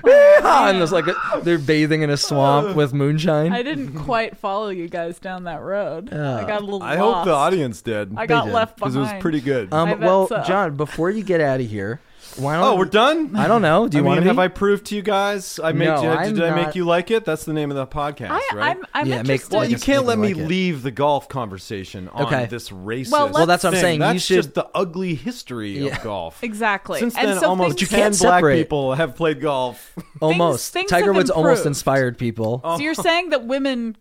and it's like a, they're bathing in a swamp <laughs> with moonshine. I didn't <laughs> quite follow you guys down that road. Uh, I got a little. <laughs> I hope the lost. audience did. I got did, left because behind. it was pretty good. I um, bet well, so. John, before you get out of here, why don't? oh, we're done. um, I don't know. Do you I want mean, to have I proved to you guys? I made No, you, I'm did I not- make you like it? That's the name of the podcast, I, right? I'm, I'm Yeah, make- interested. well, you Just can't let make me you like it. leave the golf conversation on Okay. this racist. Well, let's- Well, that's what I'm thing. saying. You That's should- just the ugly history of golf. Exactly. Since And then, so things- almost But you ten can't black separate. people have played golf. almost? things Tiger have Woods almost improved. inspired people. So you're saying that women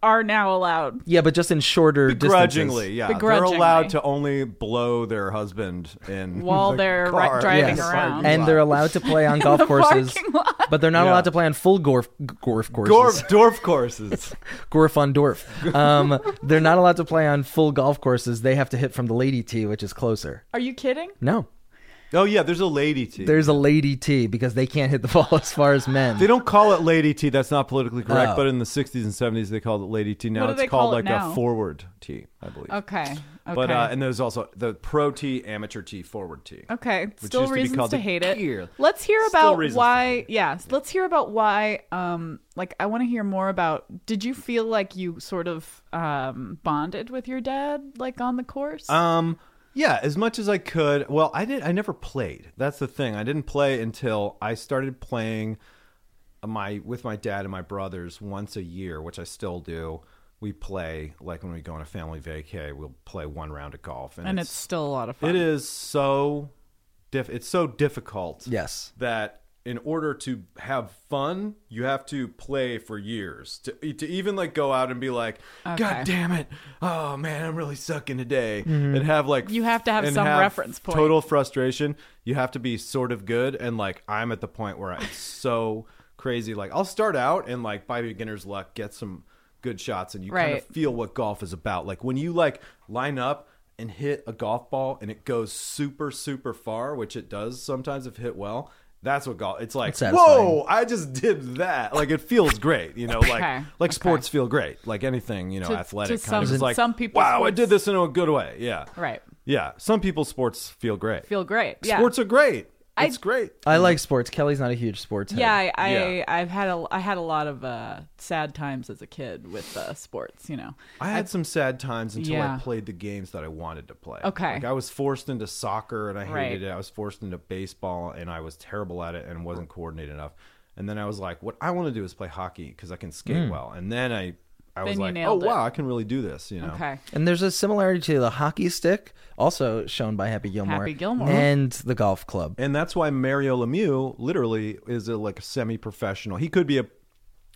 are now <laughs> allowed? Yeah, but just in shorter Begrudgingly, yeah, Begrudgingly. they're allowed to only blow their husband in While <laughs> the they're car. ri- driving Yes. around. and they're allowed <laughs> to play on golf the courses, parking lot. but they're not Yeah. allowed to play on full golf golf courses. Dorf, dwarf courses. <laughs> Gorf on Dorf. Um, they're not allowed to play on full golf courses. They have to hit from the lady tee, which is closer. Are you kidding? No, Oh yeah, there's a lady tee. there's a lady tee because they can't hit the <laughs> ball as far as men. They don't call it lady tee. That's not politically correct. Oh. But in the 60s and 70s, they called it lady tee. What Now do it's they call called it like now? a forward tee, I believe. Okay. Okay. But uh, and there's also the pro tee, amateur tee, forward tee. okay. which Still used to be reasons to, called the hate it. gear. Let's hear Still about reasons to hate why. Yes. Let's hear about why. Um. Like, I want to hear more about. Did you feel like you sort of um bonded with your dad, like on the course? Um, yeah, as much as I could. Well, I did. I never played. That's the thing. I didn't play until I started playing my with my dad and my brothers once a year, which I still do. We play like when we go on a family vacay. We'll play one round of golf, and it's still a lot of fun. It is so diff. It's so difficult. Yes. That in order to have fun, you have to play for years to to even like go out and be like, God damn it! Oh man, I'm really sucking today, and have like Mm-hmm. You have to have and some reference point. Total frustration. You have to be sort of good, and like I'm at the point where it's so crazy. Like I'll start out and like by beginner's luck get some good shots, and you kind Right. of feel what golf is about. Like when you like line up and hit a golf ball and it goes super super far, which it does sometimes if hit well. That's what golf. It's like, It's satisfying. whoa! I just did that. Like it feels great, you know. Like Okay, like okay. sports feel great. Like anything, you know, To- athletic to kind of. some- It's like some people's wow, I sports- did this in a good way. Yeah, Right. Yeah, some people's sports feel great. Feel great. Yeah. Sports are great. I- It's great. I like sports. Kelly's not a huge sports head. Yeah, I, I Yeah. I've had a I had a lot of uh, sad times as a kid with uh, sports. You know, I had some sad times until Yeah. I played the games that I wanted to play. Okay. Like I was forced into soccer and I hated Right. it. I was forced into baseball and I was terrible at it and wasn't coordinated enough. And then I was like, what I want to do is play hockey because I can skate well. And then I, I was Hmm. you like, oh, nailed it. wow, I can really do this, you know? okay, And there's a similarity to the hockey stick, also shown by Happy Gilmore. Happy Gilmore. And the golf club. And that's why Mario Lemieux literally is a, like a semi-professional. He could be a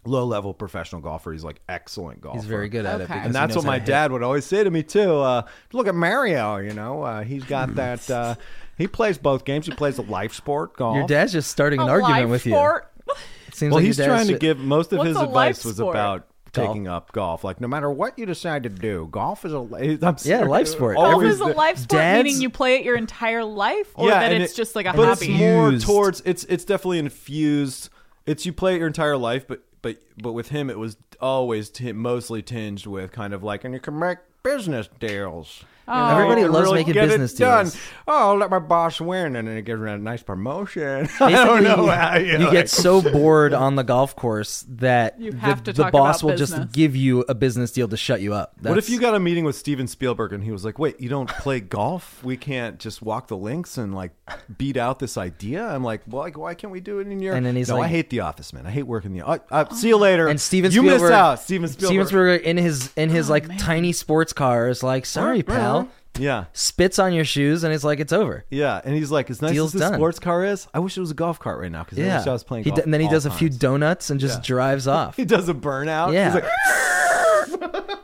low-level professional golfer. He's like excellent golfer. He's very good at Okay. it. because and he that's knows what my how to hit. dad would always say to me too. Uh, look at Mario, you know, uh, <laughs> he's got that. Uh, he plays both games. He plays a life sport golf. Your dad's just starting an A argument life with sport? <laughs> you. It seems Well, like your he's dad's trying to ju- give most of What's his a life advice was sport? about Golf. taking up golf. Like no matter what you decide to do, golf is a. I'm Yeah, serious. life sport. Golf Always is a the- life sport, Dads- meaning you play it your entire life, or that and it's it- just like a but hobby. It's more Infused. towards it's it's definitely infused. It's you play it your entire life, but but but with him it was always t- mostly tinged with kind of like, and you can make business deals. You know, Everybody you can loves making get it business done. deals. Oh, I'll let my boss win, and then it gives me a nice promotion. <laughs> I don't Basically, know how you, you like- get so bored on the golf course that You the- have to the, talk boss about will business. just give you a business deal to shut you up. What if you got a meeting with Steven Spielberg and he was like, "Wait, you don't play golf? We can't just walk the links and like beat out this idea." I'm like, "Well, like, why can't we do it in your?" And then he's "No, like- Oh. I hate the office, man. I hate working the. Uh, uh, see you later." and Steven you Spielberg, miss out, Steven Spielberg. in his in his Oh, like tiny sports car is like, sorry, pal. Yeah, Spits on your shoes and it's like it's over. yeah. And he's like, "As nice Deal's as this done. sports car is, I wish it was a golf cart right now because I Yeah, wish I was playing." He golf d- and then he all does a few times." donuts and just Yeah. drives off. <laughs> He does a burnout. Yeah. He's like,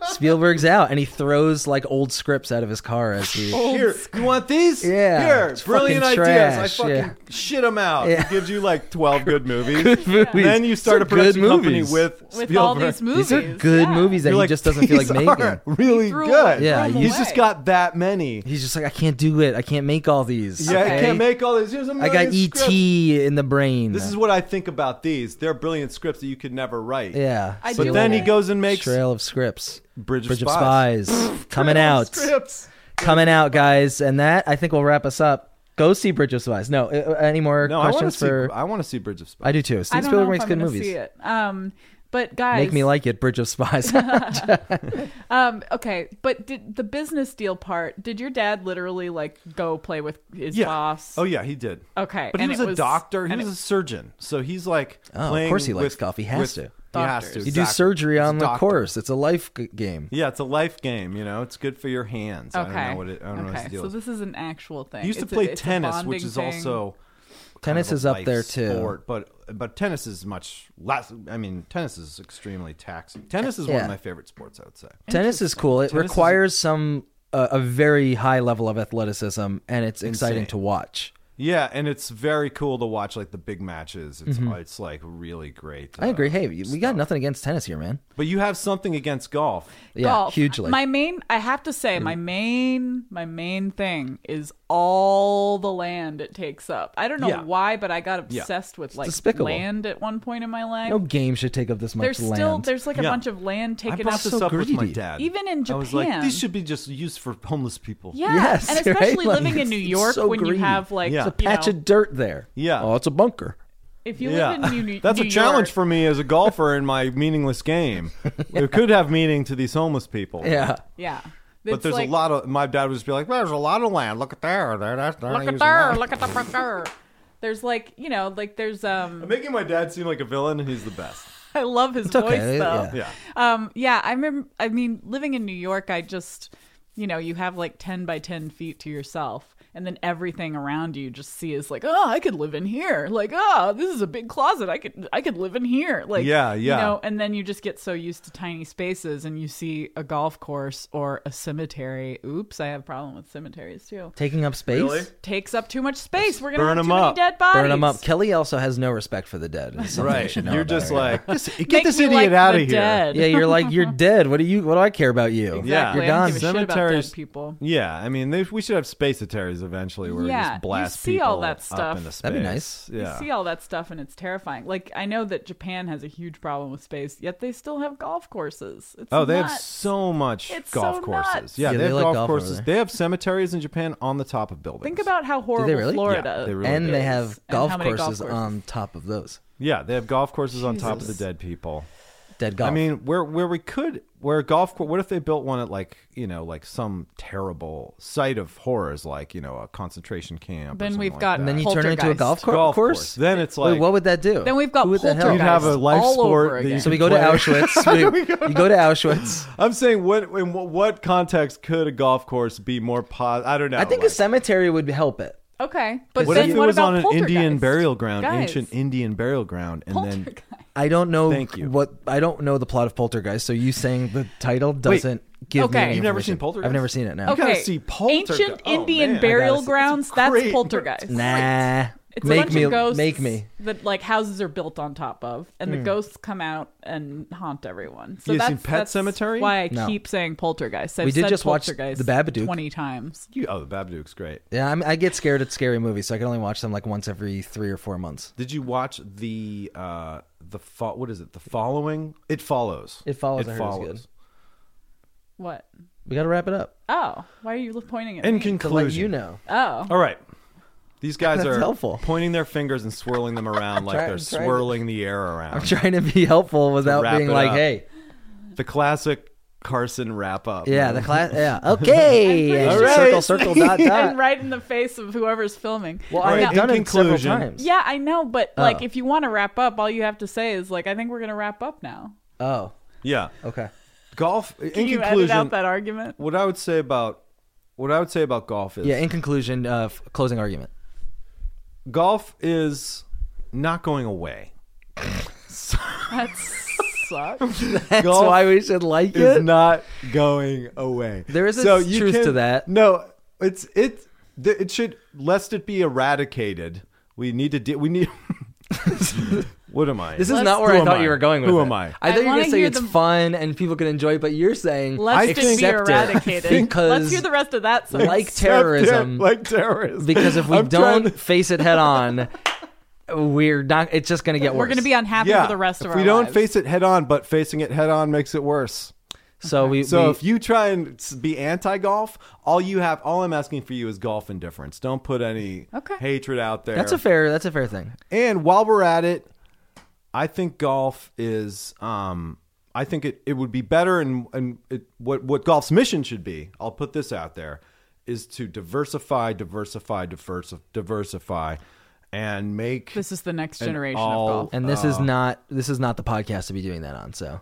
Spielberg's out and he throws like old scripts out of his car as he. Here, you want these? Yeah, Here, it's brilliant fucking ideas. trash, I fucking yeah. shit them out. Yeah. It gives you <laughs> like 12 good movies. movies. Then you start a Some good production company movies. with, with Spielberg. all these movies. These are good Yeah. movies that You're he like, just doesn't feel like "These making. aren't really threw good. them- Yeah, threw them He's just away. got that many. He's just like, I can't do it. I can't make all these. Yeah, I okay? can't make all these. Here's a I million got E scripts. ET in the brain. This is what I think about these. They're brilliant scripts that you could never write. yeah. I But do then he like- goes and makes trail of scripts. Bridge of Bridge of Spies. Spies <laughs> coming out, Scripts. coming out, guys, and that I think will wrap us up. Go see Bridge of Spies. No, uh, uh, any more No, I want questions to see. for? I want to see Bridge of Spies. I do too. I Steven don't know Spielberg if makes I'm good gonna movies. See it. Um, but guys, Make me like it. Bridge <laughs> of Spies. <laughs> Um, okay, but did the business deal part? Did your dad literally like go play with his yeah. boss? Oh yeah, he did. Okay, But he and was it a doctor. He and was it- a surgeon, so he's like. Oh, of playing course he likes with- golf. He has with- to. He has to. Doctors. you do exactly. surgery He's a on the doctor. course. It's a life g- game. Yeah, it's a life game. You know, it's good for your hands. I don't know what it. I don't know what okay, the deal so is. this is an actual thing. He used to It's a- play it's a tennis, which bonding is thing. also Tennis kind of a is up life there too. Sport, but but tennis is much less. I mean, tennis is extremely taxing. Tennis is one Yeah. of my favorite sports. I would say. Tennis is cool. It Tennis is- requires some uh, a very high level of athleticism, and it's exciting Insane. to watch. Yeah, and it's very cool to watch like the big matches. It's it's like really great. Mm-hmm. I uh, agree. Hey, we got nothing against tennis here, man. but you have something against golf. Yeah, golf. hugely. My main, I have to say, my main, my main thing is all the land it takes up. I don't know Yeah. why, but I got obsessed with like despicable. land at one point in my life. no game should take up this much there's land. still there's like a Yeah. bunch of land I taken brought up. this so up with my greedy. dad. Even in I was like, Japan. these should be just used for homeless people. Yeah, Yes, and especially right? Like, living in New it's York so when greedy. you have like Yeah. you It's a patch know, of dirt there. Yeah. Oh, it's a bunker. if you Yeah. live in New, <laughs> That's New a challenge York, for me as a golfer in my meaningless <laughs> game. It could have meaning to these homeless people. Yeah. Yeah, But there's a lot of my dad would just be like, well, "There's a lot of land. Look at there. there that's they're not Look at using there. that." Look at the burger. There's like you know like there's um. Making my dad seem like a villain, and he's the best. <laughs> I love his okay, voice though. <laughs> Yeah. Um. Yeah. I remember. I mean, living in New York, I just you know you have like ten by ten feet to yourself. And then everything around you just see is like, oh, I could live in here. Like, oh, this is a big closet. I could, I could live in here. Like, Yeah, yeah. You know, and then you just get so used to tiny spaces, and you see a golf course or a cemetery. Oops, I have a problem with cemeteries too. Taking up space. Really? takes up too much space. We're gonna burn have 'em too up. many dead bodies. Burn them up. Kelly also has no respect for the dead. It's something you Right. should know You're about just her. <laughs> like, "This- get Make this me idiot like out the of here. dead. Yeah, you're <laughs> like, you're dead. What do you what do I care about you? Yeah. Exactly. You're I gone. don't give a shit about Cemeteries- dead people. Yeah, I mean, they, we should have space eterries eventually where we Yeah, just blast you see all people that up stuff. into space. That'd be nice. Yeah. You see all that stuff and it's terrifying. Like I know that Japan has a huge problem with space, yet they still have golf courses. It's Oh, they have nuts. so much It's golf so courses. nuts. Yeah, Yeah, they, they have like golf, golf over courses. there. They have cemeteries in Japan on the top of buildings. Think about how horrible really? Florida. Yeah, they really and do. they have And golf how many courses, golf courses? on top of those. Yeah, they have golf courses on top of the Jesus. dead people. Dead golf. I mean, where where we could where a golf course. What if they built one at like you know like some terrible site of horrors, like you know a concentration camp? or Then something we've like got that. and then you turn it into a Poltergeist. golf, cor- golf course. Then it's Wait, like what would that do? Then we've got Who would that help? poltergeist You'd have a life all sport over that you again. So we <laughs> go to Play. Auschwitz. we, you go to Auschwitz. <laughs> I'm saying, what in what, what context could a golf course be more pos? I don't know. I think a like- cemetery would help it. okay, but What then if it what was about on an Indian poltergeist? burial ground, Guys, ancient Indian burial ground, and then poltergeist. I don't know Thank you. what I don't know the plot of Poltergeist, so you saying the title doesn't give me Okay. any You've never information. seen Poltergeist? I've never seen it now. Okay. gotta see poltergeist. Ancient Oh, Indian man, I gotta see- burial it's grounds. That's great. poltergeist. Nah. It's make a bunch me of ghosts make me. Hmm. that like houses are built on top of, and the ghosts come out and haunt everyone. So You that's seen Pet that's Cemetery? Why I No. keep saying poltergeist. I've We did said just watch poltergeist The Babadook. twenty times. you, oh, the Babadook's great. Yeah, I'm, I get scared at scary movies, so I can only watch them like once every three or four months. Did you watch the uh, the fo- what is it? The following? It follows. It follows, I heard it's good. What? We got to wrap it up. Oh, why are you lo- pointing at In me? To conclusion, let you know. <laughs> oh, All right. These guys That's are helpful. pointing their fingers and swirling them around like Try- they're try to- swirling the air I'm around. trying to be helpful without wrap being it like, up. hey, the classic Carson wrap up. yeah, the <laughs> class, yeah, okay, I'm and pretty circle, circle, dot, <laughs> dot. and right in the face of whoever's filming. Well, All I've right, in done it several conclusion- times. Yeah, I know, but like, Oh. if you want to wrap up, all you have to say is like, I think we're gonna wrap up now. Oh, Yeah. okay. Golf Can in you edit conclusion out that argument? what I would say about what I would say about golf is Yeah. In conclusion, uh, f- closing argument. <laughs> golf is not going away. That <laughs> sucks. That's Golf why we should like It's it. not going away. There is a you truth to that. No, it's it. th- It should lest it be eradicated. We need to. De- <laughs> we need. what am I? this is not where Who I am thought you were going with Who it. am I? I I thought you were wanna going to say hear it's the- fun and people can enjoy it, but you're saying Let's think- just be accept it. eradicated. Let's <laughs> because hear the rest of that. sentence. like <laughs> terrorism, <laughs> like terrorism. because if we I'm don't trying <laughs> to- face it head on, we're not. It's just going to get worse. we're gonna be unhappy yeah, for the rest of if our we don't lives. face it head on, but facing it head on makes it worse. So we. So we- if you try and s- be anti-golf, all you have, all I'm asking for you is golf indifference. Don't put any Okay. hatred out there. that's a fair. That's a fair thing. And while we're at it, I think golf is. Um, I think it, it would be better, and and it, what what golf's mission should be. I'll put this out there is to diversify, diversify, diversi- diversify, and make This is the next generation all- of golf. And this Oh. is not. This is not the podcast to be doing that on. So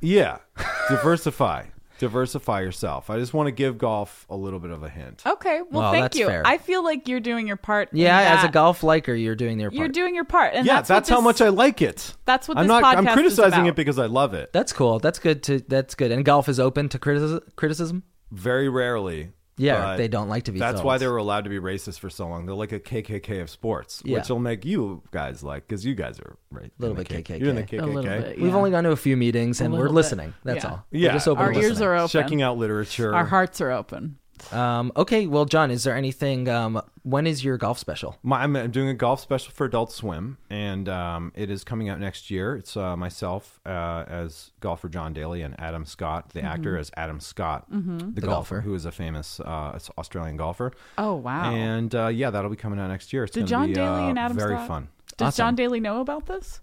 yeah, <laughs> diversify, diversify yourself. I just want to give golf a little bit of a hint. Okay, well, Well, thank that's you. fair. I feel like you're doing your part. in yeah, as a that. golf liker, you're doing your part. you're doing your part, and yeah, that's, that's, what how this- much I like it. That's what I'm this not. I'm podcast is criticizing about. it because I love it. that's cool. That's good. To that's good. And golf is open to criticism. Criticism. Very rarely. Yeah, but they don't like to be That's told. why they were allowed to be racist for so long. They're like a KKK of sports, Yeah. which will make you guys like because you guys are right. Little in the bit K- KKK. You're in the A KKK. a little bit. We've yeah. only gone to a few meetings and we're little bit. listening. That's Yeah. all. We're Yeah, just open Our to ears listening. are open. Checking out literature. Our hearts are open. Um, okay, well, John, is there anything? Um, when is your golf special? My, I'm, I'm doing a golf special for Adult Swim, and um, it is coming out next year. It's uh, myself uh, as golfer John Daly and Adam Scott, the actor, as Adam Scott, Mm-hmm. the, golfer, Mm-hmm. golfer. who is a famous uh, Australian golfer. Oh wow! And uh, yeah, that'll be coming out next year. It's Did gonna John be, Daly uh, and Adam very Scott- fun. Does Awesome. John Daly know about this?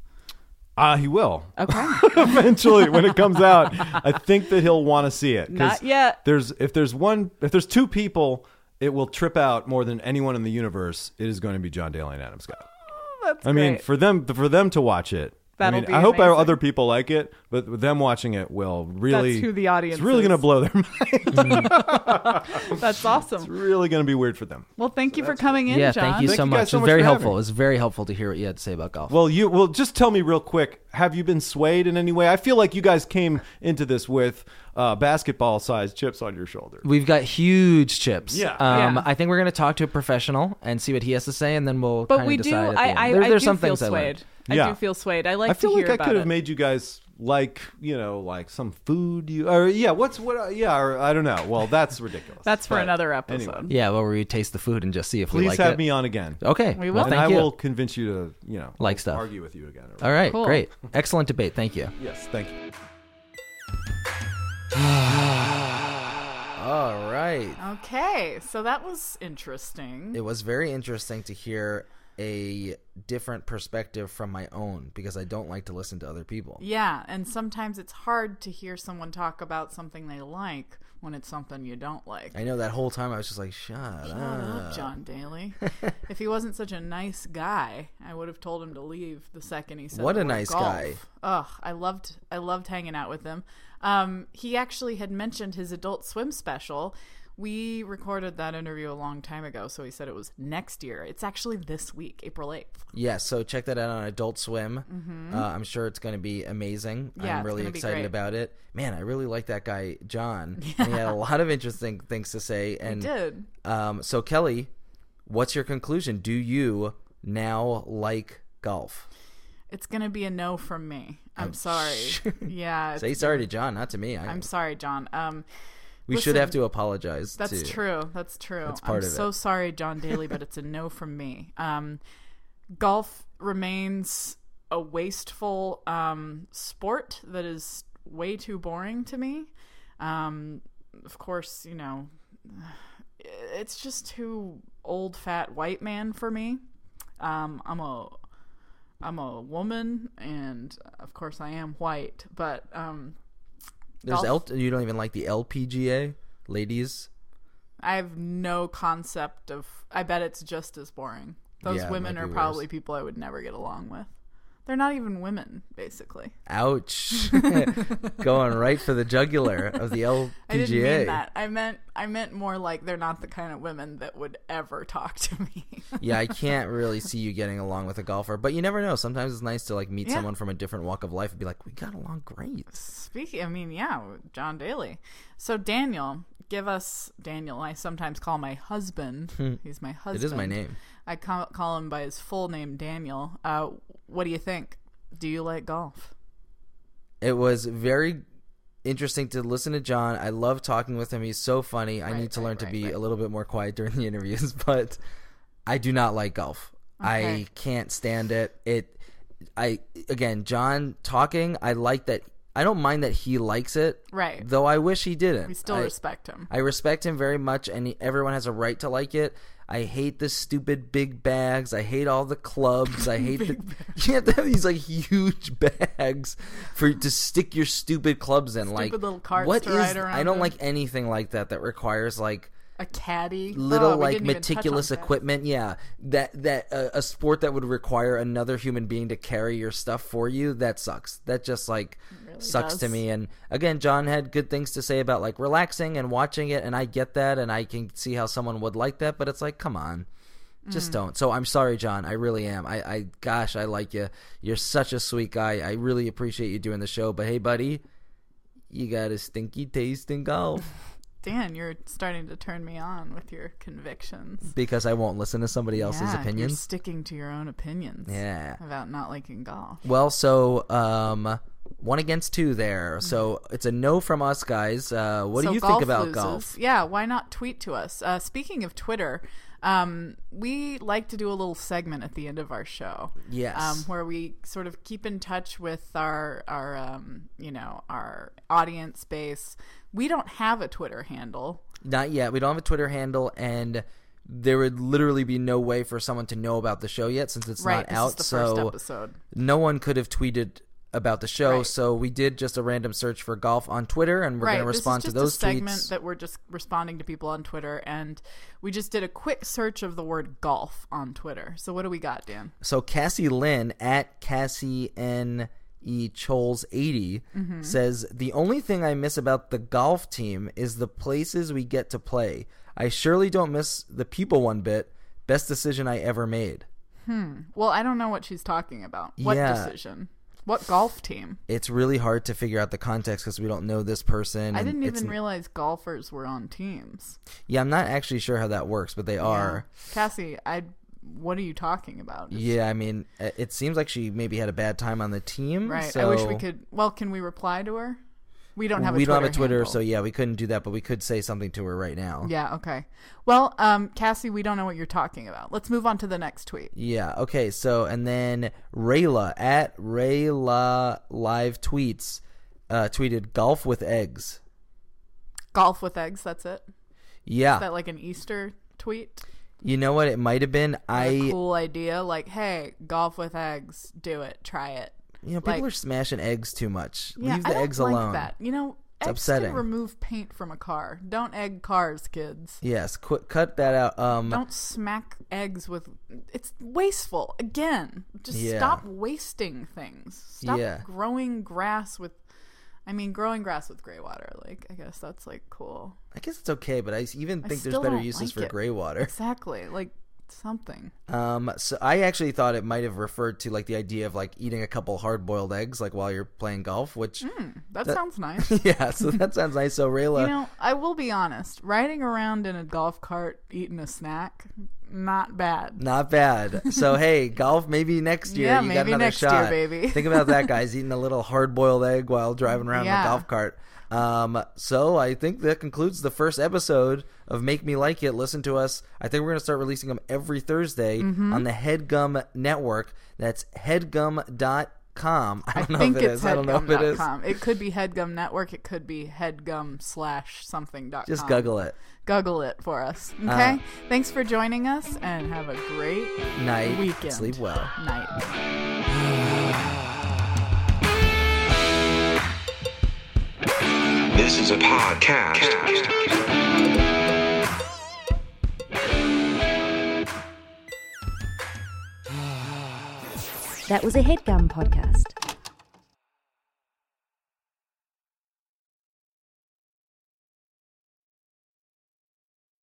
Uh, he will. Okay. eventually when it comes out. I think that he'll want to see it. 'cause Not yet. There's if there's one if there's two people, it will trip out more than anyone in the universe. It is going to be John Daly and Adam Scott. <laughs> That's I mean, great. for them for them to watch it. That'll I mean, be I hope amazing. other people like it, but them watching it will really That's who the audience It's really going to is. blow their <laughs> mind. that's awesome. really going to be weird for them. Well, thank you for coming in, yeah, John. thank you Thank so you guys much. so It was much very for having helpful. me. It was very helpful to hear what you had to say about golf. Well, you well just tell me real quick. Have you been swayed in any way? I feel like you guys came into this with uh, basketball-sized chips on your shoulder. We've got huge chips. Yeah. Um, Yeah. I think we're going to talk to a professional and see what he has to say, and then we'll. But kinda we do. decide at the end. I, I, There- I there's do some feel things I learned. swayed. I Yeah. do feel swayed. I like I feel to hear like I about could it. have made you guys like you know like some food you or yeah what's what yeah or, I don't know well that's ridiculous <laughs> That's for But another anyway, episode. Yeah, well, we taste the food and just see if we please like have it. me on again Okay. We Well, will. and thank I you. will convince you to you know Like stuff. argue with you again All right. Cool. Great. Excellent debate. Thank <sighs> you. yes thank you All right. Okay, so that was interesting. It was very interesting to hear a different perspective from my own because I don't like to listen to other people. yeah, and sometimes it's hard to hear someone talk about something they like when it's something you don't like. I Ah. know that whole time I was just like, shut up. Shut up, <laughs> John Daly. if he wasn't such a nice guy, I would have told him to leave the second he said. What the a word nice golf. guy. Ugh, I loved I loved hanging out with him. Um, he actually had mentioned his Adult Swim special. We recorded that interview a long time ago, so he said it was next year. It's actually this week, April eighth. Yeah, so check that out on Adult Swim. Uh, I'm sure it's going to be amazing. Mm-hmm. Yeah, I'm it's really gonna be excited great. about it. Man, I really like that guy, John. <laughs> And He had a lot of interesting things to say. And Did Um, so, Kelly, what's your conclusion? Do you now like golf? it's gonna be a no from me? I'm <laughs> sorry. yeah, Say it's- sorry to John, not to me. I, I'm sorry, John. Um, we should have listen, to apologize. to- That's true. That's true. part I'm of so it. <laughs> sorry, John Daly, but it's a no from me. Um, golf remains a wasteful um, sport that is way too boring to me. Um, of course, you know, it's just too old fat white man for me. Um, I'm a I'm a woman, and of course I am white, but um, There's Golf. L- you don't even like the LPGA, ladies. I have no concept of. I bet it's just as boring. Those Yeah, it women might are be probably worse. people I would never get along with. They're not even women, basically. <laughs> Ouch. Going right for the jugular of the LPGA. I didn't mean that. I meant I meant more like they're not the kind of women that would ever <laughs> talk to me. yeah, I can't really see you getting along with a golfer, but you never know. Sometimes it's nice to like meet Yeah. someone from a different walk of life and be like, "We got along great." Speaking, I mean, yeah, John Daly. So Daniel, give us Daniel. I sometimes call my husband. He's my husband. Hmm. It is my name. I call, call him by his full name, Daniel. Uh, what do you think? Do you like golf? It was very interesting to listen to John. I love talking with him. He's so funny. I need to right, learn to right, be right. a little bit more quiet during the <laughs> interviews, but I do not like golf. I Okay. can't stand it. It I again, John talking, I like that I don't mind that he likes it. Right. Though I wish he didn't. We still I- respect him. I respect him very much, and he- everyone has a right to like it. I hate the stupid big bags. I hate all the <laughs> clubs. I hate the <laughs> you have to have these like huge <laughs> bags for to stick your stupid clubs in. like little carts what to is- ride I around don't in. like anything like that that requires like a caddy, little Oh, we like didn't even touch on meticulous that. equipment. Yeah, that that uh, a sport that would require another human being to carry your stuff for you. That sucks. That just like sucks to does. me. And again, John had good things to say about like relaxing and watching it, and I get that, and I can see how someone would like that. But it's like, come on. Just Mm. don't. So I'm sorry, John. I really am. I, I, gosh, I like you. You're such a sweet guy. I really appreciate you doing the show. But hey, buddy, you got a stinky taste in golf <laughs> Dan, you're starting to turn me on with your convictions. because I won't listen to somebody else's Yeah, You're opinions. sticking to your own opinions. Yeah. About not liking golf. Well, so um, one against two there. So it's a no from us guys. Uh, what Mm-hmm. So do you golf think about loses. golf? Yeah, why not tweet to us? Uh, speaking of Twitter, um, we like to do a little segment at the end of our show. Yes. Um, where we sort of keep in touch with our our um, you know our audience base. We don't have a Twitter handle. Not yet. We don't have a Twitter handle, and there would literally be no way for someone to know about the show yet since it's right. not this out. is the so first episode. no one could have tweeted about the show. Right. So we did just a random search for golf on Twitter, and we're going to this is respond to just those a segment tweets. that we're just responding to people on Twitter, and we just did a quick search of the word golf on Twitter. So what do we got, Dan? So Cassie Lynn at Cassie N E Choles 80 Mm-hmm. says the only thing I miss about the golf team is the places we get to play. I surely don't miss the people one bit. Best decision I ever made. Well, I don't know what she's talking about. What Yeah. decision? What golf team? It's really hard to figure out the context because we don't know this person. I and didn't Mm, it's- even realize golfers were on teams. Yeah, I'm not actually sure how that works, but they are. Cassie, I. What are you talking about? Yeah, I mean, uh, it seems like she maybe had a bad time on the team. Right. So I wish we could. Well, can we reply to her? We don't have. A we Twitter don't have a Twitter, handle. so yeah, we couldn't do that, but we could say something to her right now. Yeah. Okay. Well, um, Cassie, we don't know what you're talking about. Let's move on to the next tweet. Yeah. Okay. So, and then Rayla at Rayla live tweets uh, tweeted golf with eggs. Golf with eggs. That's it. Yeah. Is that like an Easter tweet? you know what? It might have been I. a cool idea. Like, hey, golf with eggs. Do it. Try it. you know, people like- are smashing eggs too much. Leave the I don't eggs like alone. That you know, eggs upsetting. can remove paint from a car. Don't egg cars, kids. Yes. Qu- cut that out. Um. Don't smack eggs with. It's wasteful. Again, just Yeah. stop wasting things. Stop Yeah. growing grass with. I mean, growing grass with gray water. Like, I guess that's like <laughs> cool. I guess it's okay, but I s- even think there's still better don't uses like for it. gray water. Exactly. Like something. Um. So I actually thought it might have referred to like the idea of like eating a couple hard boiled eggs like while you're playing golf, which. That, sounds nice. <laughs> Yeah. So that sounds nice. So Rayla. Hmm. You know, I will be honest. Riding around in a golf cart eating a snack, not bad. Not bad. <laughs> So hey, golf maybe next year Yeah, you got maybe another <laughs> next year, shot. baby. <laughs> Think about that, guys, eating a little hard boiled egg while driving around in a Yeah. golf cart. Um, so I think that concludes the first episode of Make Me Like It. Listen to us. I think we're going to start releasing them every Thursday Mm-hmm. on the Headgum Network. That's headgum.com. I don't know think if it it's is. I don't know if it is. headgum.com. It could be Headgum Network. It could be headgum slash something dot Just com. Google it. Uh, Google it for us. Okay? Thanks for joining us and have a great Night. Weekend. Sleep well. night. This is a podcast. That was a headgum podcast.